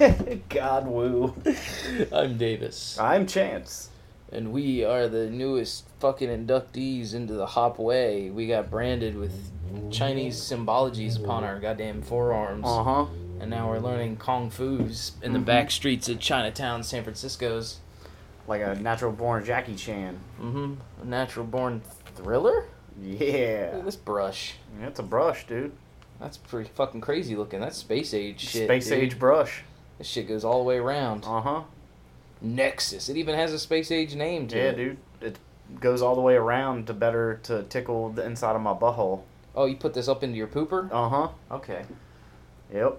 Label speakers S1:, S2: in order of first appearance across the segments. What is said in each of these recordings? S1: God woo.
S2: I'm Davis.
S1: I'm Chance.
S2: And we are the newest fucking inductees into the Hopway. We got branded with Chinese symbologies upon our goddamn forearms.
S1: Uh huh.
S2: And now we're learning Kung Fu's in the
S1: Mhm.
S2: back streets of Chinatown, San Francisco's.
S1: Like a natural born Jackie Chan.
S2: Mm hmm. Natural born thriller? Look
S1: Yeah.
S2: at this brush.
S1: That's a brush, dude.
S2: That's pretty fucking crazy looking. That's space age shit.
S1: Space
S2: dude. Uh-huh.
S1: age brush.
S2: This shit goes all the way around.
S1: Uh huh.
S2: Nexus. It even has a space age name to
S1: Yeah,
S2: it.
S1: dude. It goes all the way around to better to tickle the inside of my butthole.
S2: Oh, you put this up into your pooper?
S1: Uh huh.
S2: Okay.
S1: Yep.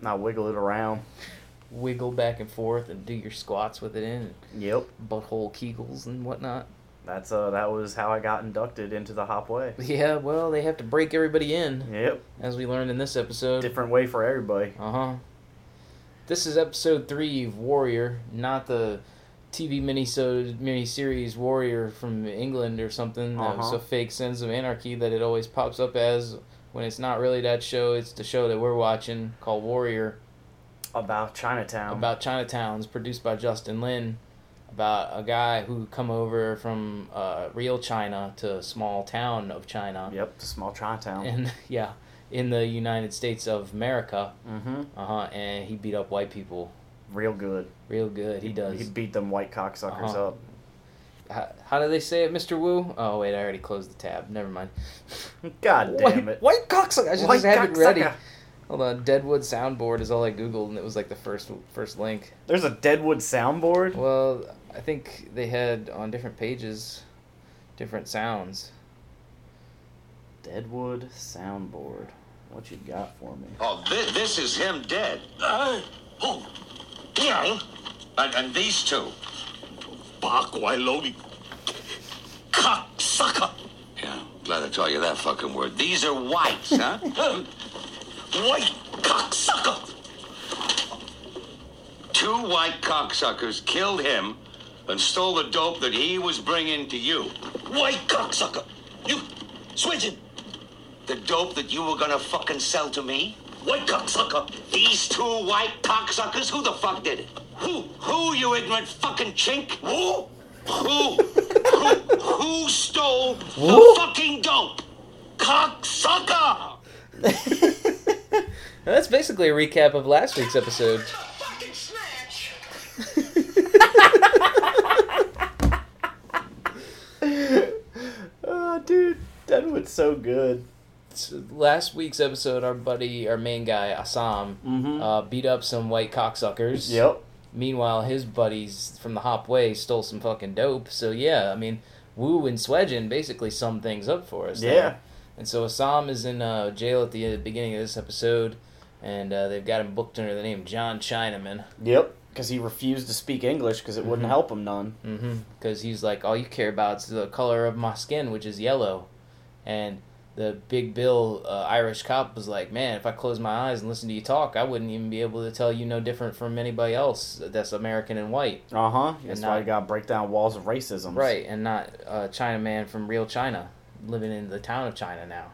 S1: And I wiggle it around.
S2: Wiggle back and forth and do your squats with it in,
S1: Yep.
S2: and butthole kegels and whatnot.
S1: That's uh. That was how I got inducted into the Hopway.
S2: Yeah, well, they have to break everybody in,
S1: Yep.
S2: as we learned in this episode.
S1: Different way for everybody.
S2: Uh huh. This is episode three of Warrior, not the TV minisode miniseries Warrior from England or something. That was
S1: Uh-huh.
S2: a fake sense of anarchy that it always pops up as when it's not really that show. It's the show that we're watching called Warrior
S1: About Chinatown.
S2: about Chinatowns, produced by Justin Lin, about a guy who come over from uh, real China to a small town of China,
S1: Yep. The small Chinatown.
S2: and yeah, in the United States of America.
S1: Mm-hmm.
S2: Uh huh. And he beat up white people
S1: Real good.
S2: real good. He does.
S1: He beat them white cocksuckers
S2: Uh-huh.
S1: up.
S2: how, how do they say it, Mister Wu? Oh wait, I already closed the tab. Never mind.
S1: God damn
S2: white,
S1: it.
S2: White cocksucker. I just,
S1: White
S2: had it ready.
S1: cocksucker.
S2: Hold on. Deadwood soundboard is all I googled, and it was like the first first link.
S1: There's a Deadwood soundboard.
S2: Well, I think they had on different pages, different sounds.
S1: Deadwood soundboard. What you got for me?
S3: Oh, this, this is him dead.
S4: Uh, oh, yeah,
S3: And, and these two.
S4: Bach Wailoni. Cocksucker.
S3: Yeah, glad I taught you that fucking word. These are whites, huh?
S4: Uh, White cocksucker.
S3: Two white cocksuckers killed him and stole the dope that he was bringing to you.
S4: White cocksucker. You switching.
S3: The dope that you were gonna fucking sell to me?
S4: White cocksucker.
S3: These two white cocksuckers? Who the fuck did it? Who? Who, you ignorant fucking chink? Who? Who? who, who stole the fucking dope?
S4: Cocksucker.
S2: Now, that's basically a recap of last week's episode.
S4: Fucking snatch.
S1: Oh, dude, Deadwood's so good.
S2: So last week's episode, our buddy, our main guy, Assam, uh, beat up some white cocksuckers.
S1: Mm-hmm. Yep.
S2: Meanwhile, his buddies from the Hopway stole some fucking dope. So yeah, I mean, Wu and Swedgen basically sum things up for us.
S1: Yeah.
S2: there. And so Assam is in uh, jail at the uh, beginning of this episode, and uh, they've got him booked under the name John Chinaman.
S1: Yep. Because he refused to speak English because it
S2: Mm-hmm.
S1: wouldn't help him none.
S2: because Mm-hmm. he's like, all you care about is the color of my skin, which is yellow. And the Big Bill uh, Irish cop was like, man, if I close my eyes and listen to you talk, I wouldn't even be able to tell you no different from anybody else that's American and white.
S1: Uh huh. That's
S2: And
S1: why
S2: not-
S1: you got to break down walls of racism.
S2: Right, and not uh, Chinaman from real China, living in the town of China now.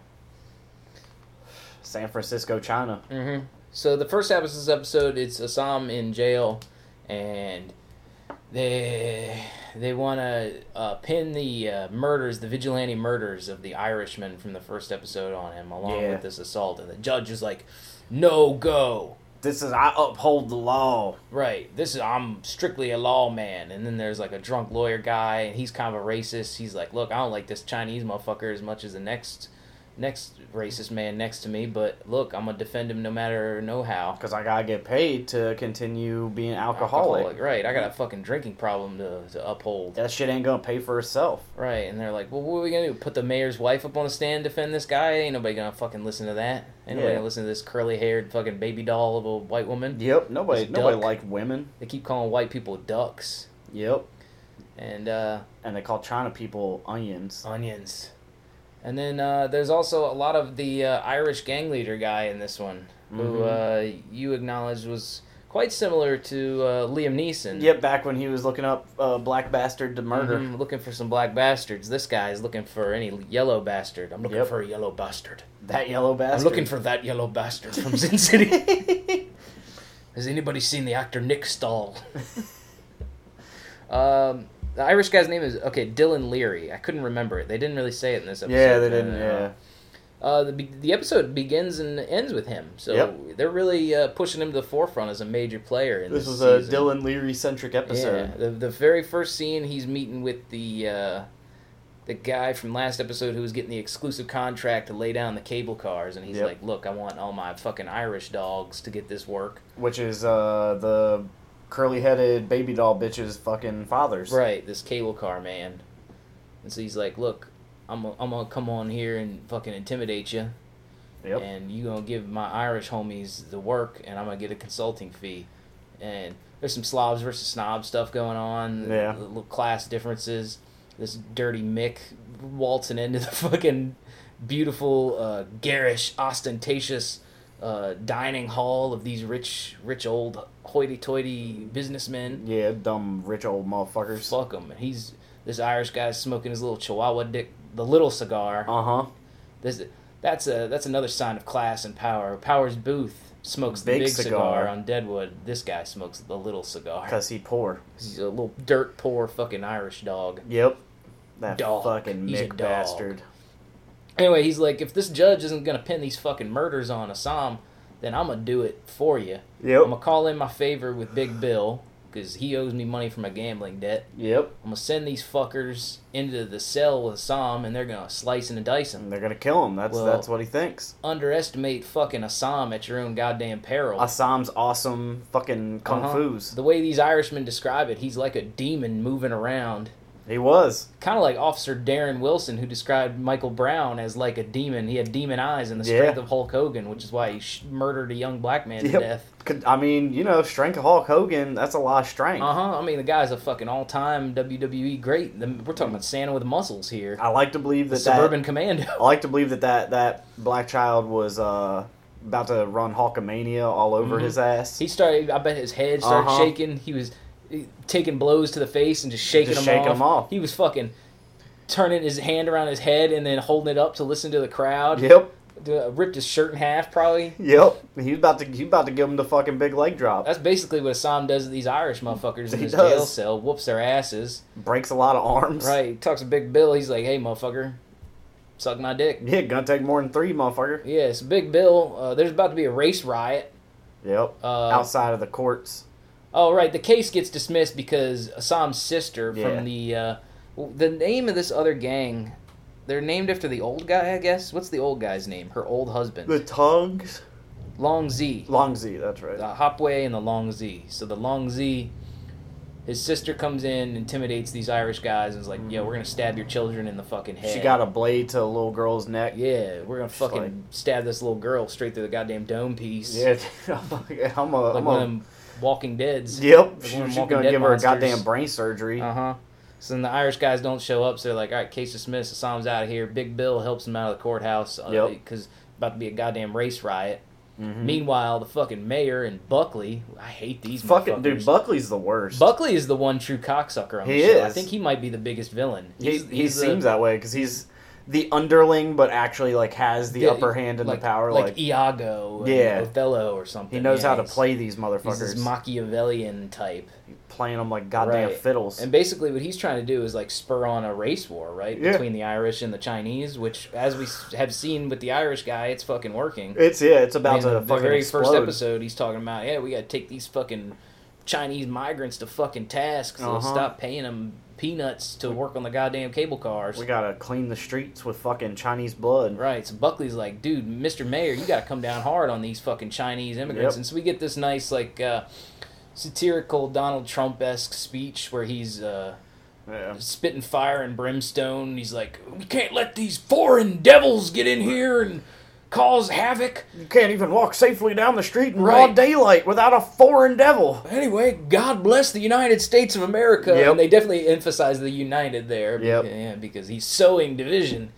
S1: San Francisco, China.
S2: Mm-hmm. So the first half of this episode, it's Assam in jail, and they they want to uh, pin the uh, murders, the vigilante murders of the Irishman from the first episode on him, along
S1: Yeah.
S2: with this assault. And the judge is like, "No go."
S1: This is I uphold the law.
S2: Right. This is I'm strictly a lawman, and then there's like a drunk lawyer guy, and he's kind of a racist. He's like, "Look, I don't like this Chinese motherfucker as much as the next next racist man next to me, but look, I'm gonna defend him no matter no how."
S1: Because I gotta get paid to continue being alcoholic.
S2: alcoholic. right? I got a fucking drinking problem to, to uphold,
S1: That shit ain't gonna pay for itself.
S2: right? And they're like, well, what are we gonna do? Put the mayor's wife up on the stand, and defend this guy? Ain't nobody gonna fucking listen to that. Ain't nobody
S1: Yeah.
S2: gonna listen to this curly haired fucking baby doll of a white woman.
S1: Yep. Nobody.
S2: This
S1: Nobody
S2: duck.
S1: liked women.
S2: They keep calling white people ducks
S1: Yep.
S2: and uh,
S1: And they call China people
S2: Oh.
S1: onions.
S2: onions. And then uh, there's also a lot of the uh, Irish gang leader guy in this one, who uh, you acknowledged was quite similar to uh, Liam Neeson.
S1: Yep. Back when he was looking up uh, black bastard to murder.
S2: Mhm, looking for some black bastards. This guy is looking for any yellow bastard. I'm looking
S1: Yep.
S2: for a yellow bastard.
S1: That yellow
S2: I'm
S1: bastard.
S2: looking for that yellow bastard from Sin City. Has anybody seen the actor Nick Stahl? um, the Irish guy's name is okay Dylan Leary. I couldn't remember it. They didn't really say it in this episode.
S1: Yeah, they didn't.
S2: Uh,
S1: Yeah.
S2: Uh, the, be- the episode begins and ends with him, so
S1: Yep.
S2: they're really uh, pushing him to the forefront as a major player in this.
S1: This was a
S2: season.
S1: Dylan Leary centric episode.
S2: Yeah, the, the very first scene, he's meeting with the uh, the guy from last episode who was getting the exclusive contract to lay down the cable cars, and he's
S1: Yep.
S2: like, "Look, I want all my fucking Irish dogs to get this work."
S1: which is uh, the curly-headed baby doll bitch's fucking fathers.
S2: Right, this cable car man, and so he's like, "Look, I'm i I'm gonna come on here and fucking intimidate you,
S1: Yep.
S2: and you gonna give my Irish homies the work, and I'm gonna get a consulting fee, and there's some slobs versus snob stuff going on,
S1: Yeah.
S2: little class differences. This dirty Mick waltzing into the fucking beautiful, uh, garish, ostentatious uh, dining hall of these rich, rich old hoity-toity businessmen.
S1: yeah, dumb rich old motherfuckers.
S2: Fuck him. And he's this Irish guy's smoking his little Chihuahua dick, the little cigar.
S1: Uh huh.
S2: This, that's a that's another sign of class and power. Powers Booth smokes the
S1: Big
S2: big cigar.
S1: cigar.
S2: on Deadwood. This guy smokes the little cigar.
S1: Cause he poor.
S2: he's a little dirt poor fucking Irish dog.
S1: Yep. That
S2: Dog.
S1: fucking
S2: He's a
S1: Mick
S2: dog.
S1: bastard.
S2: Anyway, he's like, if this judge isn't gonna pin these fucking murders on Assam, then I'm gonna do it for you.
S1: Yep.
S2: I'm gonna call in my favor with Big Bill because he owes me money for my gambling debt.
S1: Yep.
S2: I'm gonna send these fuckers into the cell with Assam, and they're gonna slice and dice him.
S1: And they're gonna kill him. That's
S2: Well-
S1: that's what he thinks.
S2: Underestimate fucking Assam at your own goddamn peril.
S1: Assam's awesome fucking kung
S2: Uh-huh.
S1: fu's.
S2: The way these Irishmen describe it, he's like a demon moving around.
S1: He was.
S2: Kind of like Officer Darren Wilson, who described Michael Brown as like a demon. He had demon eyes and the
S1: Yeah.
S2: strength of Hulk Hogan, which is why he sh- murdered a young black man to
S1: Yep.
S2: death.
S1: Could, I mean, you know, strength of Hulk Hogan. That's a lot of strength.
S2: Uh huh. I mean, the guy's a fucking all time WWE E great. The, we're talking about Santa with muscles here.
S1: I like to believe
S2: The
S1: that
S2: Suburban
S1: that I
S2: Commando.
S1: like to believe that that that black child was uh, about to run Hulkamania all over his ass.
S2: Mm-hmm. He started, I bet his head started
S1: Uh-huh.
S2: shaking. He was eh, taking blows to the face and just shaking,
S1: Just
S2: them,
S1: shaking
S2: off.
S1: 'em off.
S2: He was fucking turning his hand around his head and then holding it up to listen to the crowd.
S1: Yep.
S2: uh, ripped his shirt in half, probably.
S1: Yep. He was about to he was about to give him the fucking big leg drop.
S2: That's basically what Assam does to these Irish motherfuckers in
S1: He
S2: his
S1: does.
S2: jail cell. Whoops their asses.
S1: Breaks a lot of arms.
S2: Right. He talks to Big Bill. He's like, hey, motherfucker, suck my dick.
S1: Yeah, gonna take more than three, motherfucker.
S2: Yeah, so Big Bill, uh, there's about to be a race riot.
S1: Yep.
S2: Uh,
S1: Outside of the courts.
S2: Oh, right. The case gets dismissed because Assam's sister
S1: Yeah.
S2: from the. Uh, w- the name of this other gang, they're named after the old guy, I guess. What's the old guy's name? Her old husband.
S1: The tongues.
S2: Long Z.
S1: Long Z. That's right.
S2: the Hopway and the Long Z. So the Long Z, his sister comes in, intimidates these Irish guys, and is like, "Yo, we're gonna stab your children in the fucking head."
S1: She got a blade to a little girl's neck.
S2: yeah, we're gonna
S1: She's
S2: fucking
S1: like-
S2: stab this little girl straight through the goddamn dome piece.
S1: Yeah. I'm a. I'm a
S2: like one of them Walking Deads.
S1: Yep.
S2: Like
S1: She
S2: one of
S1: was
S2: them Walking
S1: gonna
S2: Dead
S1: give her a goddamn
S2: monsters.
S1: brain surgery.
S2: Uh huh. So then the Irish guys don't show up, so they're like, all right, case dismissed, Assam's out of here. Big Bill helps him out of the courthouse because
S1: Yep. Mm-hmm.
S2: about to be a goddamn race riot. Meanwhile, the fucking mayor and Buckley, I hate these
S1: Fucking
S2: motherfuckers.
S1: dude, Buckley's the worst.
S2: Buckley is the one true cocksucker on the
S1: He
S2: show. I
S1: is.
S2: think he might be the biggest villain.
S1: he
S2: He's-
S1: he
S2: he's the-
S1: seems that way because he's the underling, but actually like has the
S2: yeah,
S1: upper hand and
S2: like,
S1: the power.
S2: like,
S1: Like,
S2: Iago, and
S1: Yeah.
S2: Othello, or something.
S1: he knows
S2: Yeah,
S1: how to
S2: he's-
S1: play these
S2: He's
S1: motherfuckers.
S2: this Machiavellian type,
S1: playing them like goddamn
S2: Right.
S1: fiddles.
S2: and basically what he's trying to do is like spur on a race war, right,
S1: Yeah.
S2: between the Irish and the Chinese, which, as we s- have seen with the Irish guy, it's fucking working.
S1: it's yeah, it's about
S2: I mean,
S1: to
S2: the
S1: fucking
S2: very
S1: explode.
S2: first episode, he's talking about, yeah, we got to take these fucking Chinese migrants to fucking tasks. So
S1: Uh-huh.
S2: They'll stop paying them peanuts to work on the goddamn cable cars.
S1: We gotta clean the streets with fucking Chinese blood.
S2: Right. So Buckley's like, dude, Mr. Mayor, you got to come down hard on these fucking Chinese immigrants.
S1: Yep.
S2: And so we get this nice, like, uh, satirical Donald Trump esque speech where he's uh,
S1: Yeah.
S2: spitting fire and brimstone. He's like, we can't let these foreign devils get in here and cause havoc.
S1: You can't even walk safely down the street in raw
S2: Right.
S1: daylight without a foreign devil.
S2: Anyway, God bless the United States of America.
S1: Yep.
S2: And they definitely emphasize the United there. be-
S1: Yep.
S2: Yeah, because he's sowing division.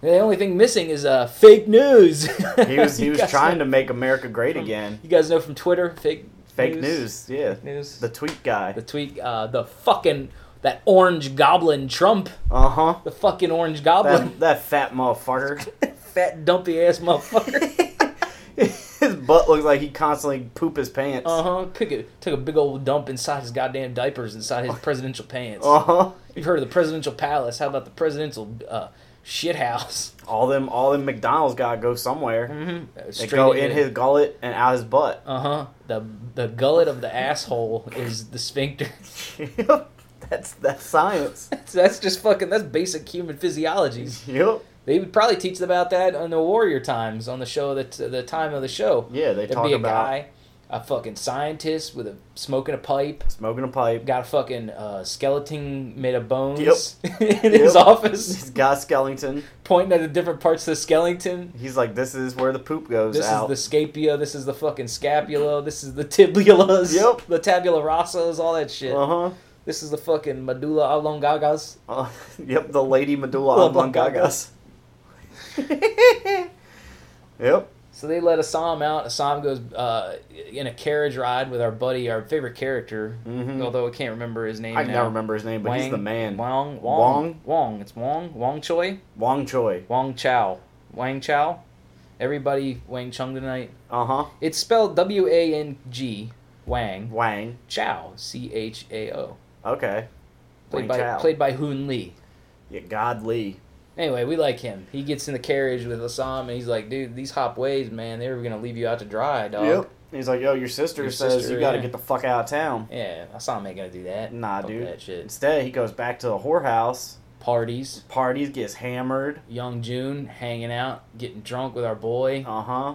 S2: The only thing missing is uh, fake news.
S1: He was he
S2: You
S1: was
S2: guys
S1: trying
S2: know-
S1: to make America great again.
S2: You guys know from Twitter, fake
S1: Fake news, yeah.
S2: news.
S1: The tweet guy.
S2: The tweet, uh, the fucking that orange goblin Trump,
S1: Uh huh.
S2: the fucking orange goblin,
S1: That, that fat motherfucker.
S2: fat dumpy ass motherfucker.
S1: His butt looks like he constantly poop his pants.
S2: Uh huh. Took a, took a big old dump inside his goddamn diapers, inside
S1: Oh.
S2: his presidential pants.
S1: Uh-huh.
S2: You've heard of the presidential palace? How about the presidential uh, shit house?
S1: All them, all them McDonald's gotta go somewhere.
S2: Uh,
S1: They
S2: straight
S1: go in
S2: into-
S1: his gullet and out his butt.
S2: Uh huh. The the gullet of the asshole is the sphincter. Oh.
S1: Yep, that's that's science.
S2: so that's just fucking. That's basic human physiologies.
S1: Yep.
S2: They would probably teach them about that on the Warrior Times on the show. That the time of the show.
S1: Yeah, they
S2: There'd
S1: talk
S2: be a
S1: about
S2: guy, a fucking scientist with a smoking a pipe.
S1: smoking a pipe.
S2: Got a fucking uh, skeleton made of bones in his
S1: Yep.
S2: office,
S1: He's got Skellington.
S2: pointing at the different parts of the skeleton.
S1: He's like, this is where the poop goes
S2: This
S1: out.
S2: is the scapia. This is the fucking scapula. This is the tibulas.
S1: Yep.
S2: The tabula rasas. All that shit.
S1: Uh-huh.
S2: This is the fucking medulla oblongagas.
S1: Uh Yep, the lady medulla
S2: Oblongagas.
S1: oblongagas. yep.
S2: So they let Assam out. Assam goes uh, in a carriage ride with our buddy, our favorite character,
S1: Mhm.
S2: although I can't remember his name.
S1: I can
S2: now.
S1: never remember his name, but he's
S2: Wang-
S1: the man. Wang,
S2: Wong, Wong,
S1: Wong?
S2: Wong, It's Wong, Wong Choi,
S1: Choi.
S2: Wong Chow, Wang Chow. Everybody, Wang Chung tonight.
S1: Uh huh.
S2: It's spelled W A N G, Wang
S1: Wang.
S2: Chow, C H A O.
S1: Okay.
S2: Played
S1: Wang
S2: by
S1: Chao.
S2: played by Hoon Lee.
S1: Yeah, God Lee.
S2: Anyway, we like him. He gets in the carriage with Assam, and he's like, "Dude, these hop ways, man, they were gonna leave you out to dry, dog."
S1: Yep. He's like, yo, your sister
S2: Your
S1: says
S2: sister,
S1: you got to
S2: yeah.
S1: get the fuck out of town.
S2: Yeah, Assam ain't gonna do that.
S1: Nah,
S2: Fuck
S1: dude.
S2: That shit.
S1: Instead, he goes back to the whorehouse,
S2: Parties.
S1: parties, gets hammered.
S2: Young June hanging out, getting drunk with our boy.
S1: Uh huh.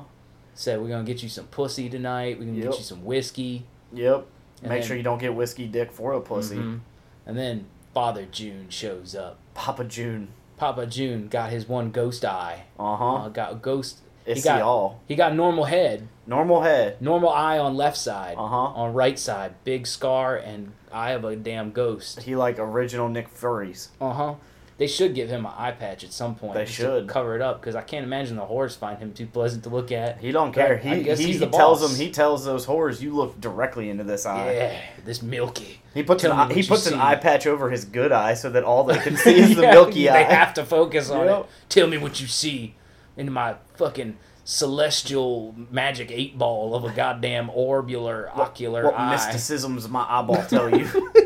S2: Said we're gonna get you some pussy tonight. We're gonna
S1: Yep.
S2: get you some whiskey.
S1: Yep.
S2: And
S1: Make
S2: then-
S1: sure you don't get whiskey dick for a pussy.
S2: Mhm. And then Father June shows up.
S1: Papa June.
S2: Papa June got his one ghost eye.
S1: Uh huh.
S2: Uh, got ghost.
S1: it's
S2: he got
S1: the all.
S2: he got normal head,
S1: Normal head.
S2: normal eye on left side.
S1: Uh-huh.
S2: On right side, big scar and eye of a damn ghost.
S1: He like original Nick Fury's.
S2: Uh huh. They should give him an eye patch at some point.
S1: They
S2: just to
S1: should.
S2: cover it up because I can't imagine the horse find him too pleasant to look at.
S1: He don't
S2: But
S1: care.
S2: I
S1: He,
S2: guess
S1: he,
S2: he's the
S1: he tells
S2: boss.
S1: them. He tells those whores, "You look directly into this eye."
S2: yeah, this Milky.
S1: He puts
S2: Tell
S1: an
S2: me
S1: eye,
S2: what
S1: he
S2: you
S1: puts
S2: see.
S1: an eye patch over his good eye so that all they can see is the
S2: Yeah,
S1: milky eye.
S2: They have to focus on
S1: Yep.
S2: it. Tell me what you see in my fucking celestial magic eight ball of a goddamn orbular ocular
S1: what
S2: eye.
S1: mysticism's my eyeball tell you?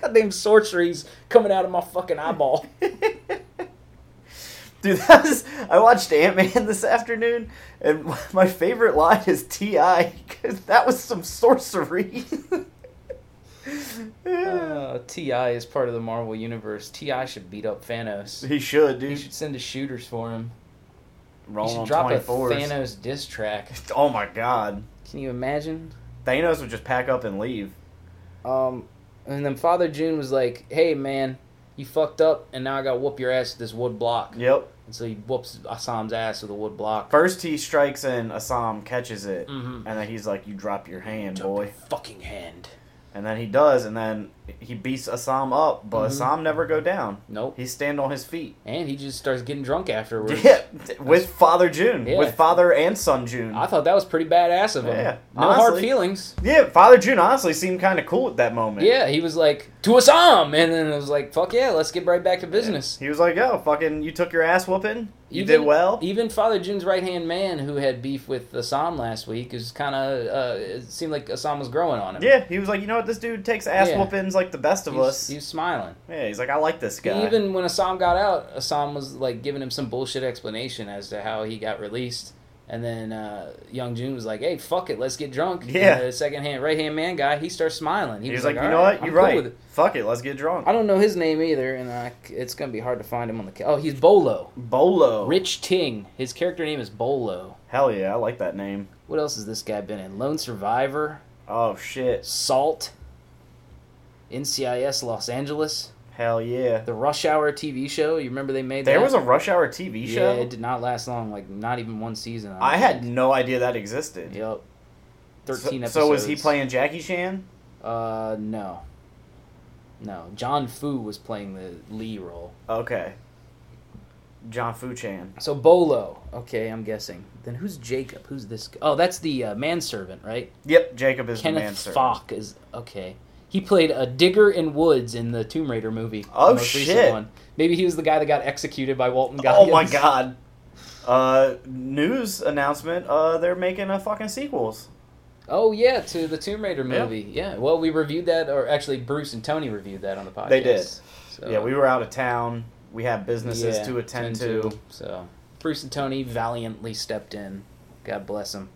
S2: goddamn sorceries coming out of my fucking eyeball.
S1: Dude, that was, I watched Ant Man this afternoon, and my favorite line is Ti because that was some sorcery.
S2: Uh, Ti is part of the Marvel universe. Ti should beat up Thanos.
S1: he should,
S2: He
S1: dude.
S2: should send his shooters for him. He
S1: Roll
S2: should
S1: on
S2: drop
S1: twenty
S2: a
S1: fours.
S2: Thanos diss track.
S1: Oh my god,
S2: Can you imagine?
S1: Thanos would just pack up and leave.
S2: Um, and then Father June was like, "Hey, man, you fucked up, and now I gotta whoop your ass with this wood block."
S1: Yep.
S2: And so he whoops Assam's ass with a wood block.
S1: First he strikes and Assam catches it,
S2: Mhm.
S1: and then he's like, "You drop your hand,
S2: Drop
S1: boy."
S2: your fucking hand.
S1: And then he does, and then he beats Assam up, but
S2: Mhm.
S1: Assam never go down.
S2: Nope.
S1: He stand on his feet.
S2: and he just starts getting drunk afterwards.
S1: Yeah, with Father June,
S2: Yeah.
S1: with Father and Son June.
S2: I thought that was pretty badass of him.
S1: Yeah,
S2: no hard
S1: honestly.
S2: feelings.
S1: Yeah, Father June honestly seemed kind of cool at that moment.
S2: Yeah, he was like, to Assam! And then it was like, fuck yeah, let's get right back to business.
S1: He was like, "Yo, fucking, you took your ass whooping. You
S2: Even-
S1: did well."
S2: Even Father June's right hand man, who had beef with Assam last week, is kind of, uh, it seemed like Assam was growing on him.
S1: yeah, he was like, "You know what? This dude takes ass
S2: Yeah.
S1: whoopings like the best of
S2: He was-
S1: us."
S2: he was smiling.
S1: yeah, he's like, "I like this guy."
S2: Even when Assam got out, Assam was like giving him some bullshit explanation as to how he got released. And then uh, Young Jun was like, "Hey, fuck it, let's get drunk."
S1: Yeah.
S2: And the second hand, right hand man guy, he starts smiling. He
S1: he
S2: was
S1: was like, "You
S2: "All
S1: know
S2: right,
S1: what? You're
S2: I'm cool
S1: right.
S2: with it."
S1: Fuck it, let's get drunk."
S2: I don't know his name either, and I c it's gonna be hard to find him on the. Ca- oh, he's Bolo.
S1: Bolo.
S2: Rich Ting. His character name is Bolo.
S1: Hell yeah, I like that name.
S2: What else has this guy been in? Lone Survivor,
S1: Oh shit.
S2: Salt, NCIS Los Angeles,
S1: Hell yeah.
S2: the Rush Hour TV show. You remember they made
S1: There
S2: that?
S1: was a Rush Hour TV show.
S2: Yeah, it did not last long. Like not even one season. don't
S1: I had
S2: think.
S1: no idea that existed.
S2: Yep. Thirteen
S1: so,
S2: episodes.
S1: so was he playing Jackie Chan?
S2: Uh, no. No, John Fu was playing the Lee role.
S1: Okay. John Fu Chan.
S2: So Bolo. Okay, I'm guessing. Then who's Jacob? Who's this? G- oh, that's the uh, manservant, right?
S1: Yep, Jacob is the
S2: Kenneth
S1: manservant.
S2: Falk is okay. He played a digger in woods in the Tomb Raider movie. the
S1: Oh,
S2: most recent
S1: shit.
S2: Maybe he was the guy that got executed by Walton Goggins.
S1: Oh my god. Uh, news announcement. Uh, they're making a fucking sequels.
S2: Oh yeah, to the Tomb Raider
S1: Yeah.
S2: movie. Yeah. Well, we reviewed that, or actually, Bruce and Tony reviewed that on the podcast.
S1: They did.
S2: So,
S1: Yeah, we were out of town. We had businesses
S2: yeah,
S1: to attend
S2: attend
S1: to.
S2: So Bruce and Tony valiantly stepped in. God bless them.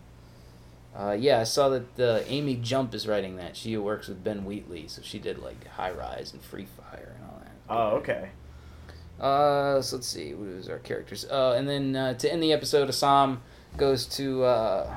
S2: Uh, yeah, I saw that uh, Amy Jump is writing that. She works with Ben Wheatley, so she did like High Rise and Free Fire and all that.
S1: Oh, okay.
S2: Uh, so let's see, what was our characters? Uh, and then uh, to end the episode, Assam goes to uh,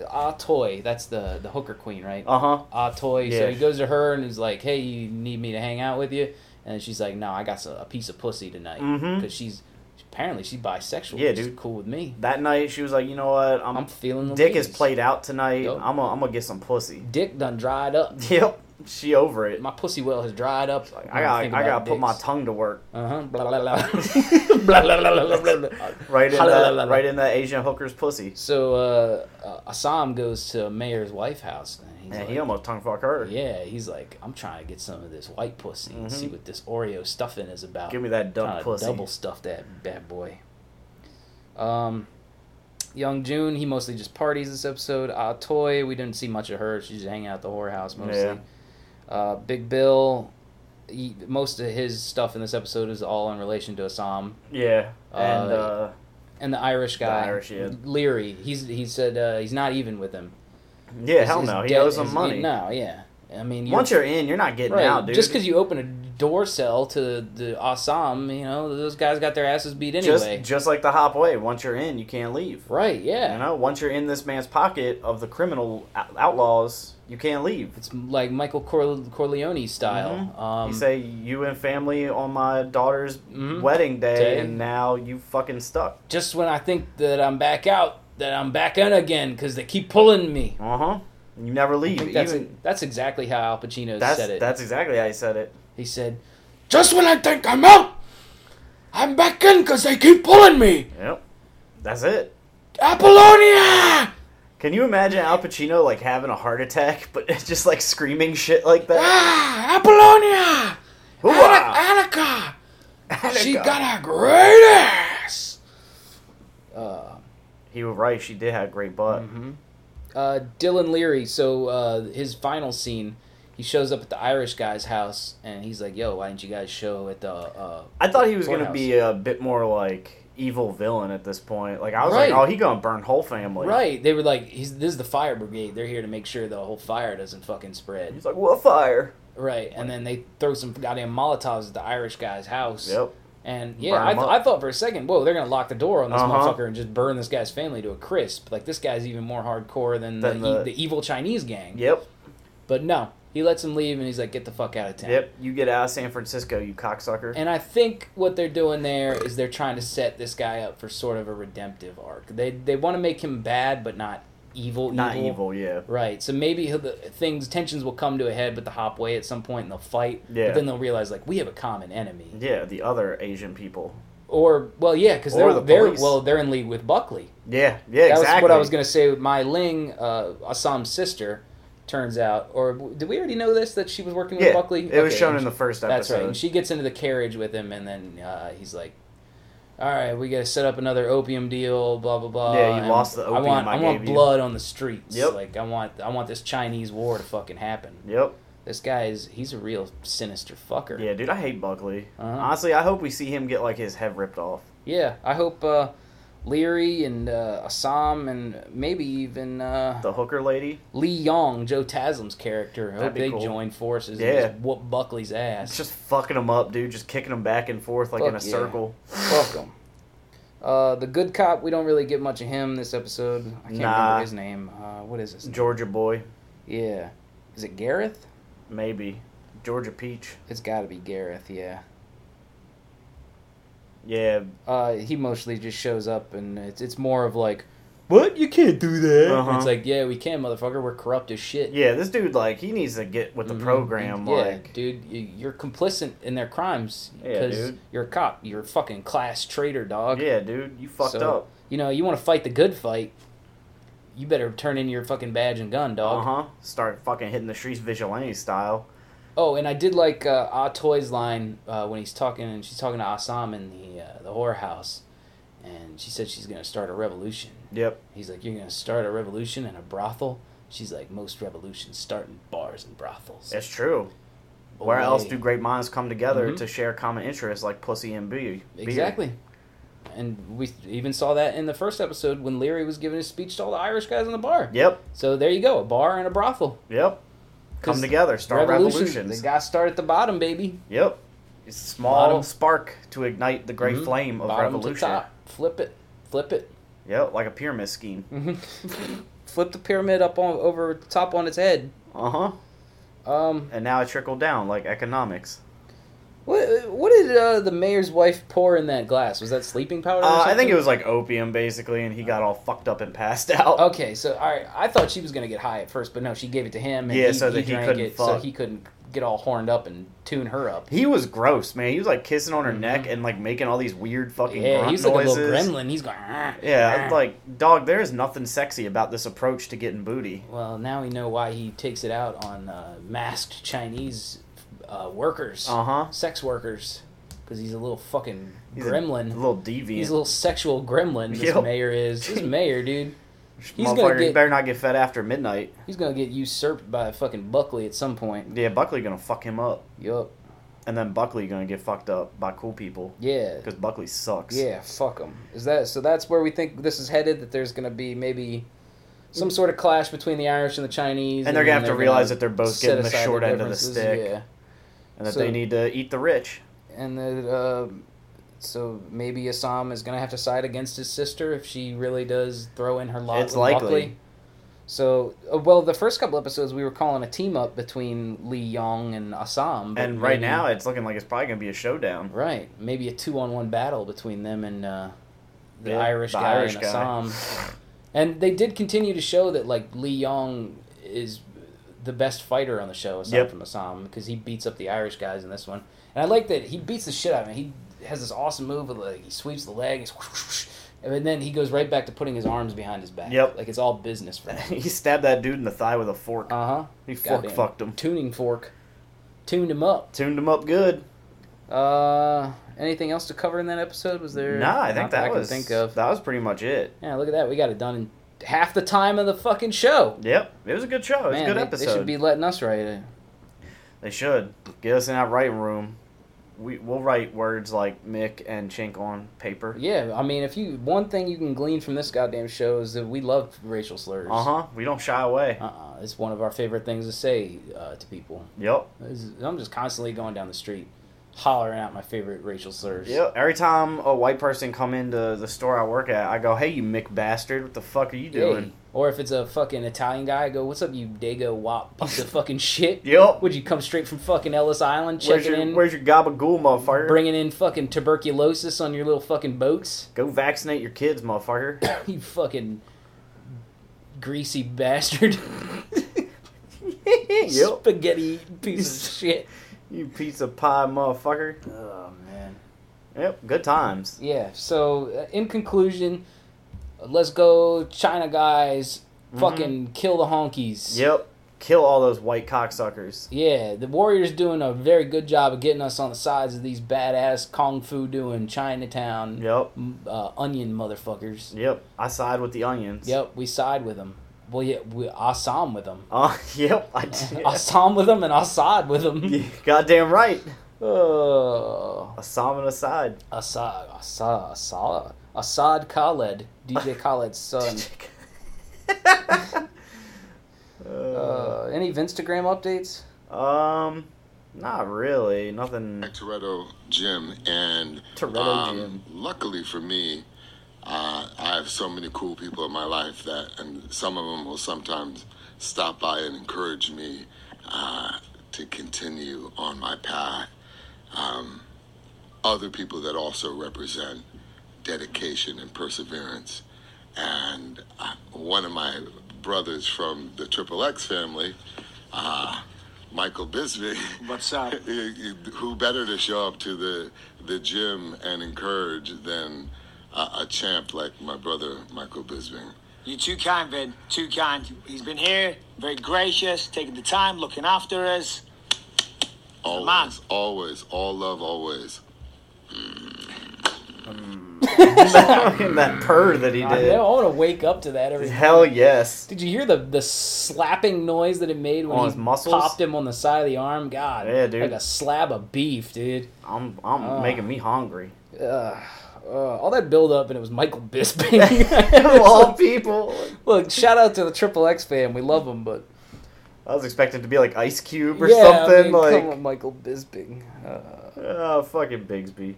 S2: Atoy. That's the the hooker queen, right?
S1: Uh huh.
S2: Atoy.
S1: Yeah.
S2: So he goes to her and he's like, "Hey, you need me to hang out with you?" And she's like, "No, I got some, a piece of pussy tonight
S1: Mhm.
S2: she's apparently she's bisexual.
S1: Yeah,
S2: which is
S1: dude.
S2: cool with me.
S1: That night, she was like, you know what? I'm,
S2: I'm feeling the
S1: dick is
S2: bees.
S1: played out tonight.
S2: Yup.
S1: I'm gonna I'm gonna get some pussy.
S2: Dick done dried up.
S1: Yep. She over it.
S2: My pussy well has dried up.
S1: I got I gotta put my tongue to work.
S2: Uh huh. Blah blah blah. blah blah blah blah blah. blah.
S1: Right in
S2: Blah, blah,
S1: that,
S2: blah, blah.
S1: right in that Asian hooker's pussy.
S2: So uh, uh, Assam goes to Mayor's wife house, and he's
S1: And
S2: like,
S1: he almost tongue fuck her.
S2: "Yeah, he's like, I'm trying to get some of this white pussy and see what this Oreo stuffing is about.
S1: Mm-hmm. Give me that duck
S2: Tryna
S1: pussy.
S2: Double stuff that bad boy." Um, Young June, he mostly just parties this episode. Ah, Toy, we didn't see much of her. She's just hanging out at the whorehouse mostly.
S1: Yeah.
S2: Uh, Big Bill, he, most of his stuff in this episode is all in relation to Assam.
S1: Yeah. And
S2: Uh,
S1: uh,
S2: And the Irish guy,
S1: Irish, yeah.
S2: Leary, he's he said uh, he's not even with him.
S1: yeah,
S2: Is-
S1: hell
S2: is
S1: no. He
S2: dead-
S1: owes him
S2: is-
S1: money.
S2: No, yeah. I mean,
S1: Once you're in, you're not getting
S2: right,
S1: out, dude.
S2: Just because you open a door cell to the Assam, you know, those guys got their asses beat
S1: just,
S2: anyway.
S1: just like the Hopway, once you're in, you can't leave.
S2: right, yeah.
S1: You know, once you're in this man's pocket of the criminal out- outlaws, you can't leave.
S2: It's like Michael Cor- Corleone style. Um,
S1: you Mm-hmm. say you and family on my daughter's
S2: Mhm.
S1: wedding day,
S2: Day.
S1: and now you fucking stuck.
S2: just when I think that I'm back out, that I'm back in again because they keep pulling me.
S1: Uh huh. You never
S2: I
S1: leave.
S2: think that's,
S1: Even-
S2: that's exactly how Al Pacino
S1: that's
S2: said it.
S1: that's exactly how he said it.
S2: He said, Just when I think I'm out, I'm back in because they keep pulling me.
S1: Yep. That's it.
S2: Apollonia!
S1: Can you imagine Al Pacino like having a heart attack, but just like screaming shit like that?
S2: Ah, Apollonia!
S1: Hoo-ah!
S2: ah. Annika! She
S1: Attica.
S2: got a great ass. Uh,
S1: He was right. She did have a great butt.
S2: uh, Dylan Leary. So uh, his final scene, he shows up at the Irish guy's house, and he's like, "Yo, why didn't you guys show at the?" Uh,
S1: I thought he was going to
S2: Courthouse.
S1: be a bit more like evil villain at this point. Like I was
S2: Right.
S1: like, oh, he going to burn whole family.
S2: right? They were like, he's, "This is the fire brigade. They're here to make sure the whole fire doesn't fucking spread."
S1: He's like, what fire?
S2: Right? And then they throw some goddamn Molotovs at the Irish guy's house.
S1: Yep.
S2: And
S1: Burn
S2: yeah, I,
S1: 'em
S2: th-
S1: up.
S2: I thought for a second, whoa, they're gonna lock the door on this
S1: Uh-huh.
S2: motherfucker and just burn this guy's family to a crisp. Like this guy's even more hardcore than,
S1: Than
S2: the,
S1: the-
S2: e- the evil Chinese gang.
S1: Yep.
S2: But no, he lets him leave and he's like, get the fuck out of town.
S1: Yep. You get out of San Francisco, you cocksucker.
S2: And I think what they're doing there is they're trying to set this guy up for sort of a redemptive arc. They they want to make him bad, but not evil.
S1: Not evil, yeah.
S2: Right. So maybe he'll, the things tensions will come to a head with the Hopway at some point, and they'll fight.
S1: Yeah.
S2: But then they'll realize like we have a common enemy.
S1: Yeah, the other Asian people.
S2: Or well, yeah, because
S1: Or
S2: they're
S1: the
S2: they're
S1: police.
S2: well they're in league with Buckley.
S1: Yeah, yeah,
S2: That
S1: exactly.
S2: was what I was gonna say. With Mai Ling, uh, Assam's sister, turns out, or did we already know this that she was working with
S1: Yeah,
S2: Buckley?
S1: it was
S2: Okay,
S1: shown
S2: and
S1: in
S2: she-
S1: the first episode.
S2: That's right. And she gets into the carriage with him, and then uh, he's like, "All right, we got to set up another opium deal." Blah blah blah.
S1: Yeah, you
S2: and
S1: lost the opium
S2: I want,
S1: I
S2: want
S1: gave you.
S2: blood on the streets.
S1: Yep.
S2: Like I want, I want this Chinese war to fucking happen.
S1: Yep.
S2: This guy is, he's a real sinister fucker.
S1: Yeah, dude, I hate Buckley.
S2: Uh-huh.
S1: Honestly, I hope we see him get like his head ripped off.
S2: Yeah, I hope uh, Leary and uh, Assam and maybe even uh,
S1: The hooker lady,
S2: Lee Yong, Joe Taslim's character. I hope
S1: That'd be
S2: they
S1: cool.
S2: join forces and
S1: Yeah.
S2: just whoop Buckley's ass.
S1: it's just fucking him up, dude. Just kicking him back and forth like in a
S2: Fuck yeah.
S1: circle.
S2: Welcome. Uh, the good cop, we don't really get much of him this episode. I can't
S1: Nah.
S2: remember his name. Uh, what is his name?
S1: Georgia boy,
S2: Yeah. Is it Gareth?
S1: maybe. Georgia peach.
S2: It's got to be Gareth, yeah.
S1: Yeah.
S2: Uh, he mostly just shows up and it's, it's more of like, what? You can't do that.
S1: Uh-huh.
S2: It's like, yeah, we can, motherfucker. We're corrupt as shit.
S1: Yeah, this dude like he needs to get with the
S2: Mhm.
S1: program
S2: Yeah,
S1: like
S2: dude, you- you're complicit in their crimes
S1: Yeah,
S2: because
S1: dude.
S2: you're a cop. You're a fucking class traitor, dog.
S1: Yeah, dude, you fucked
S2: So,
S1: up.
S2: You know, you want to fight the good fight, you better turn in your fucking badge and gun, dog.
S1: Uh-huh. Start fucking hitting the streets vigilante style.
S2: Oh, and I did like uh, Ah Toy's line uh, when he's talking, and she's talking to Assam in the uh, the whorehouse, and she said she's gonna start a revolution.
S1: Yep.
S2: He's like, you're gonna start a revolution in a brothel. She's like, most revolutions start in bars and brothels.
S1: It's true. Where else
S2: Away.
S1: do great minds come together
S2: Mhm.
S1: to share common interests like pussy and beer? beer?
S2: Exactly. And we even saw that in the first episode when Leary was giving his speech to all the Irish guys in the bar.
S1: Yep.
S2: So there you go, a bar and a brothel.
S1: Yep. Come
S2: 'Cause
S1: together, start revolutions.
S2: They got to start at the bottom, baby.
S1: Yep. It's a small
S2: Bottom-
S1: spark to ignite the great
S2: Mhm.
S1: flame of
S2: bottom
S1: revolution.
S2: to top. Flip it. Flip it. Mm-hmm.
S1: Yep, like a pyramid scheme.
S2: Mm. Flip the pyramid up on over top on its head.
S1: Uh huh.
S2: Um,
S1: And now it trickled down like economics.
S2: what what did uh, the mayor's wife pour in that glass? Was that sleeping powder? Or
S1: Uh, I
S2: something?
S1: think it was like opium basically, and he got all fucked up and passed out.
S2: Okay, so all right, I thought she was gonna get high at first, but no, she gave it to him. And
S1: Yeah,
S2: he,
S1: so that
S2: he
S1: he
S2: drank
S1: couldn't
S2: it, so
S1: fuck.
S2: he couldn't get all horned up and tune her up.
S1: He was gross, man. He was like kissing on her
S2: Mhm.
S1: neck and like making all these weird fucking
S2: Yeah,
S1: grunt
S2: he's like
S1: noises.
S2: a little gremlin. He's going. "Ah, "Arr,
S1: Yeah,
S2: arr."
S1: like dog. There is nothing sexy about this approach to getting booty.
S2: Well, now we know why he takes it out on uh, masked Chinese uh, workers,
S1: Uh huh.
S2: sex workers, because he's a little fucking
S1: He's a
S2: gremlin.
S1: A little deviant.
S2: he's a little sexual gremlin. This
S1: Yep.
S2: mayor is. This mayor, dude. he's
S1: Motherfucker,
S2: gonna
S1: you
S2: get-
S1: better not get fed after midnight.
S2: He's gonna get usurped by fucking Buckley at some point.
S1: Yeah, Buckley gonna fuck him up,
S2: Yup.
S1: and then Buckley gonna get fucked up by cool people
S2: Yeah.
S1: because Buckley sucks.
S2: Yeah, fuck them. Is that so? That's where we think this is headed. That there's going to be maybe some sort of clash between the Irish and the Chinese,
S1: And they're gonna have to realize that they're both
S2: set
S1: getting the
S2: aside
S1: short end of the
S2: differences,
S1: stick.
S2: Yeah,
S1: and that
S2: so-
S1: they need to eat the rich.
S2: and that uh, so maybe Assam is going to have to side against his sister if she really does throw in her lot.
S1: It's
S2: with
S1: likely.
S2: Buckley. So, uh, well, the first couple episodes we were calling a team up between Lee Yong and Assam, but
S1: And right
S2: maybe-
S1: now, it's looking like it's probably gonna be a showdown.
S2: Right. Maybe a two on one battle between them and uh, the
S1: Yeah,
S2: Irish
S1: the
S2: guy
S1: Irish
S2: and
S1: guy.
S2: Assam. and they did continue to show that like Lee Yong is the best fighter on the show aside
S1: Yep.
S2: from Assam because he beats up the Irish guys in this one. And I like that he beats the shit out of him. He has this awesome move of like he sweeps the leg, he's whoosh, whoosh, whoosh, and then he goes right back to putting his arms behind his back.
S1: Yep.
S2: Like it's all business for him.
S1: he stabbed that dude in the thigh with a fork.
S2: Uh huh.
S1: he fork fucked him.
S2: Tuning fork. Tuned him up.
S1: Tuned him up good.
S2: Uh, anything else to cover in that episode? Was there?
S1: Nah, I
S2: not
S1: think that
S2: I
S1: was
S2: Can think of.
S1: that was pretty much it.
S2: Yeah, look at that. We got it done in half the time of the fucking show.
S1: Yep, it was a good show. It was
S2: Man,
S1: a good
S2: they,
S1: episode.
S2: They should be letting us write it.
S1: They should get us in that writing room. We we'll write words like Mick and Chink on paper.
S2: Yeah, I mean, if you one thing you can glean from this goddamn show is that we love racial slurs.
S1: Uh huh. We don't shy away.
S2: Uh-uh. It's one of our favorite things to say uh, to people.
S1: Yep.
S2: This is- I'm just constantly going down the street, hollering out my favorite racial slurs.
S1: Yep. Every time a white person come into the store I work at, I go, "Hey, you Mick bastard! What the fuck are you doing?"
S2: Hey. Or if it's a fucking Italian guy, I go, "What's up, you dago wop piece of fucking shit?
S1: Yep.
S2: Would you come straight from fucking Ellis Island,
S1: Where's
S2: checking
S1: your
S2: in,
S1: Where's your gabagool, motherfucker?
S2: bringing in fucking tuberculosis on your little fucking boats?
S1: go vaccinate your kids, motherfucker.
S2: you fucking greasy bastard,
S1: yep.
S2: spaghetti piece of shit."
S1: You pizza pie, motherfucker.
S2: Oh man.
S1: Yep. Good times.
S2: Yeah. So uh, in conclusion, uh, let's go China guys. Fucking kill the honkies.
S1: Mm-hmm. Yep. Kill all those white cocksuckers.
S2: Yeah, the Warriors doing a very good job of getting us on the sides of these badass kung fu doing Chinatown
S1: Yep.
S2: m- uh, onion motherfuckers.
S1: Yep. I side with the onions.
S2: Yep, we side with them. Well, yeah, we Assam with them.
S1: Uh, yep. I did.
S2: Assam with them and Assad with them.
S1: Yeah, Goddamn right.
S2: Oh,
S1: Assam and Assad.
S2: Assad, Assad, Assad, Assad Khaled, DJ Khaled's son. Uh, any Vinstagram updates?
S1: um, not really. Nothing.
S5: at Toretto Gym, and
S1: Toretto
S5: um,
S1: Gym.
S5: luckily for me, uh, I have so many cool people in my life that, and some of them will sometimes stop by and encourage me uh, to continue on my path. Um, other people that also represent dedication and perseverance. And uh, one of my brothers from the Triple X family, uh, Michael Bisbee.
S6: What's up?
S5: Who better to show up to the the gym and encourage than a, a champ like my brother Michael Bisping?
S6: You're too kind, Vin. Too kind. He's been here, very gracious, taking the time, looking after us.
S5: Always, always, all love, always.
S1: Fucking that purr that he
S2: I,
S1: did.
S2: know, I want to wake up to that every.
S1: Hell yes.
S2: Did you hear the the slapping noise that it made when
S1: On
S2: he
S1: his muscles?
S2: popped him on the side of the arm? God,
S1: Yeah, dude.
S2: like a slab of beef, dude.
S1: I'm I'm
S2: Oh.
S1: making me hungry.
S2: Uh, all that build up, and it was Michael Bisping.
S1: Of all people.
S2: Look, shout out to the Triple X fan. We love him, but
S1: I was expected to be like Ice Cube or
S2: yeah, I
S1: something.
S2: mean,
S1: like
S2: come on, Michael Bisping. Uh,
S1: Oh fucking Bigsby.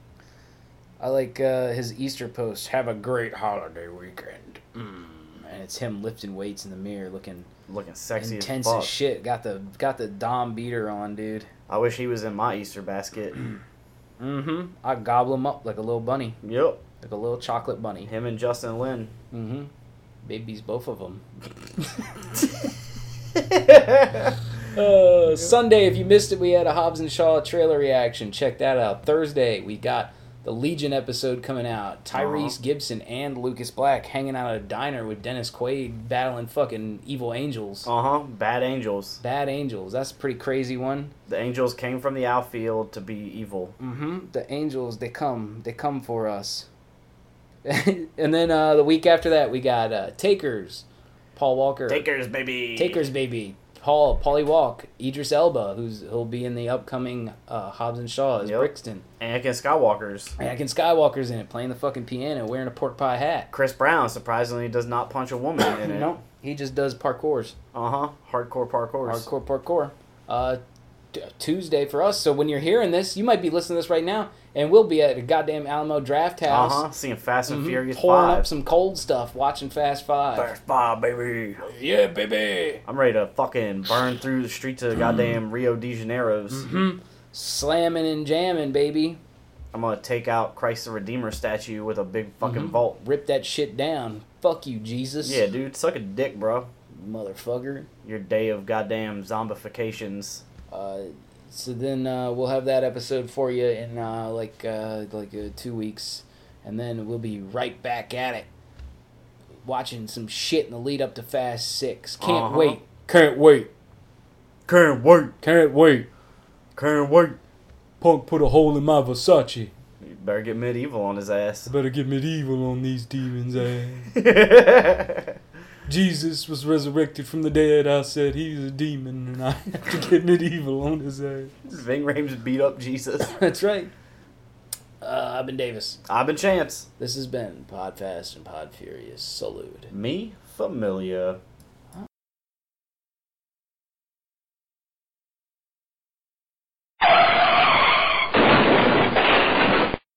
S2: I like uh, his Easter post. Have a great holiday weekend. Mm. And it's him lifting weights in the mirror, looking
S1: Looking sexy
S2: intense
S1: as
S2: as,
S1: fuck.
S2: shit. Got the got the Dom beater on, dude.
S1: I wish he was in my Easter basket.
S2: Mm-hmm. I gobble him up like a little bunny,
S1: yep.
S2: like a little chocolate bunny.
S1: Him and Justin Lin.
S2: Mm-hmm. Babies, both of them. Uh, Sunday, if you missed it, we had a Hobbs and Shaw trailer reaction. Check that out. Thursday, we got the Legion episode coming out. Tyrese Gibson and Lucas Black hanging out at a diner with Dennis Quaid battling fucking evil angels.
S1: Uh huh. Bad angels.
S2: Bad angels. That's a pretty crazy one.
S1: The angels came from the outfield to be evil.
S2: Mm-hmm. The angels, they come. They come for us. and then uh, the week after that, we got uh, Takers, Paul Walker.
S1: Takers, baby.
S2: Taker's baby, Paul, Polly Walk, Idris Elba, who's he'll be in the upcoming uh, Hobbs and Shaw as
S1: Yep.
S2: Brixton.
S1: Anakin Skywalker's.
S2: Anakin Skywalker's in it, playing the fucking piano, wearing a pork pie hat.
S1: Chris Brown surprisingly does not punch a woman in it.
S2: No, he just does parkour's,
S1: Uh huh. Hardcore parkours.
S2: hardcore parkour. Uh, t- Tuesday for us. So when you're hearing this, you might be listening to this right now, and we'll be at a goddamn Alamo Draft
S1: Uh
S2: House.
S1: huh. Seeing Fast and
S2: Mhm,
S1: Furious
S2: pouring
S1: Five.
S2: up some cold stuff, watching Fast Five.
S1: Fast Five, baby.
S2: Yeah, baby.
S1: I'm ready to fucking burn through the streets of goddamn
S2: Mm-hmm.
S1: Rio de Janeiro's.
S2: Slamming and jamming, baby.
S1: I'm gonna take out Christ the Redeemer statue with a big fucking
S2: Mm-hmm.
S1: vault.
S2: Rip that shit down. Fuck you, Jesus.
S1: Yeah, dude, suck a dick, bro.
S2: motherfucker.
S1: Your day of goddamn zombifications.
S2: Uh, so then uh, we'll have that episode for you in uh, like uh, like uh, two weeks, and then we'll be right back at it, watching some shit in the lead up to Fast Six. Can't
S1: Uh-huh.
S2: wait. Can't wait.
S1: Can't wait,
S2: Can't wait.
S1: can't wait.
S2: Punk put a hole in my Versace.
S1: You better get medieval on his ass.
S2: Better get medieval on these demons. ass.
S1: That's
S2: Jesus was resurrected from the dead. I said he's a demon, and I have to get medieval on his ass.
S1: Ving Rhames beat up Jesus.
S2: That's right. Uh, I've been Davis.
S1: I've been Chance.
S2: This has been Podfast and Pod Furious. Salute.
S1: Me, familiar.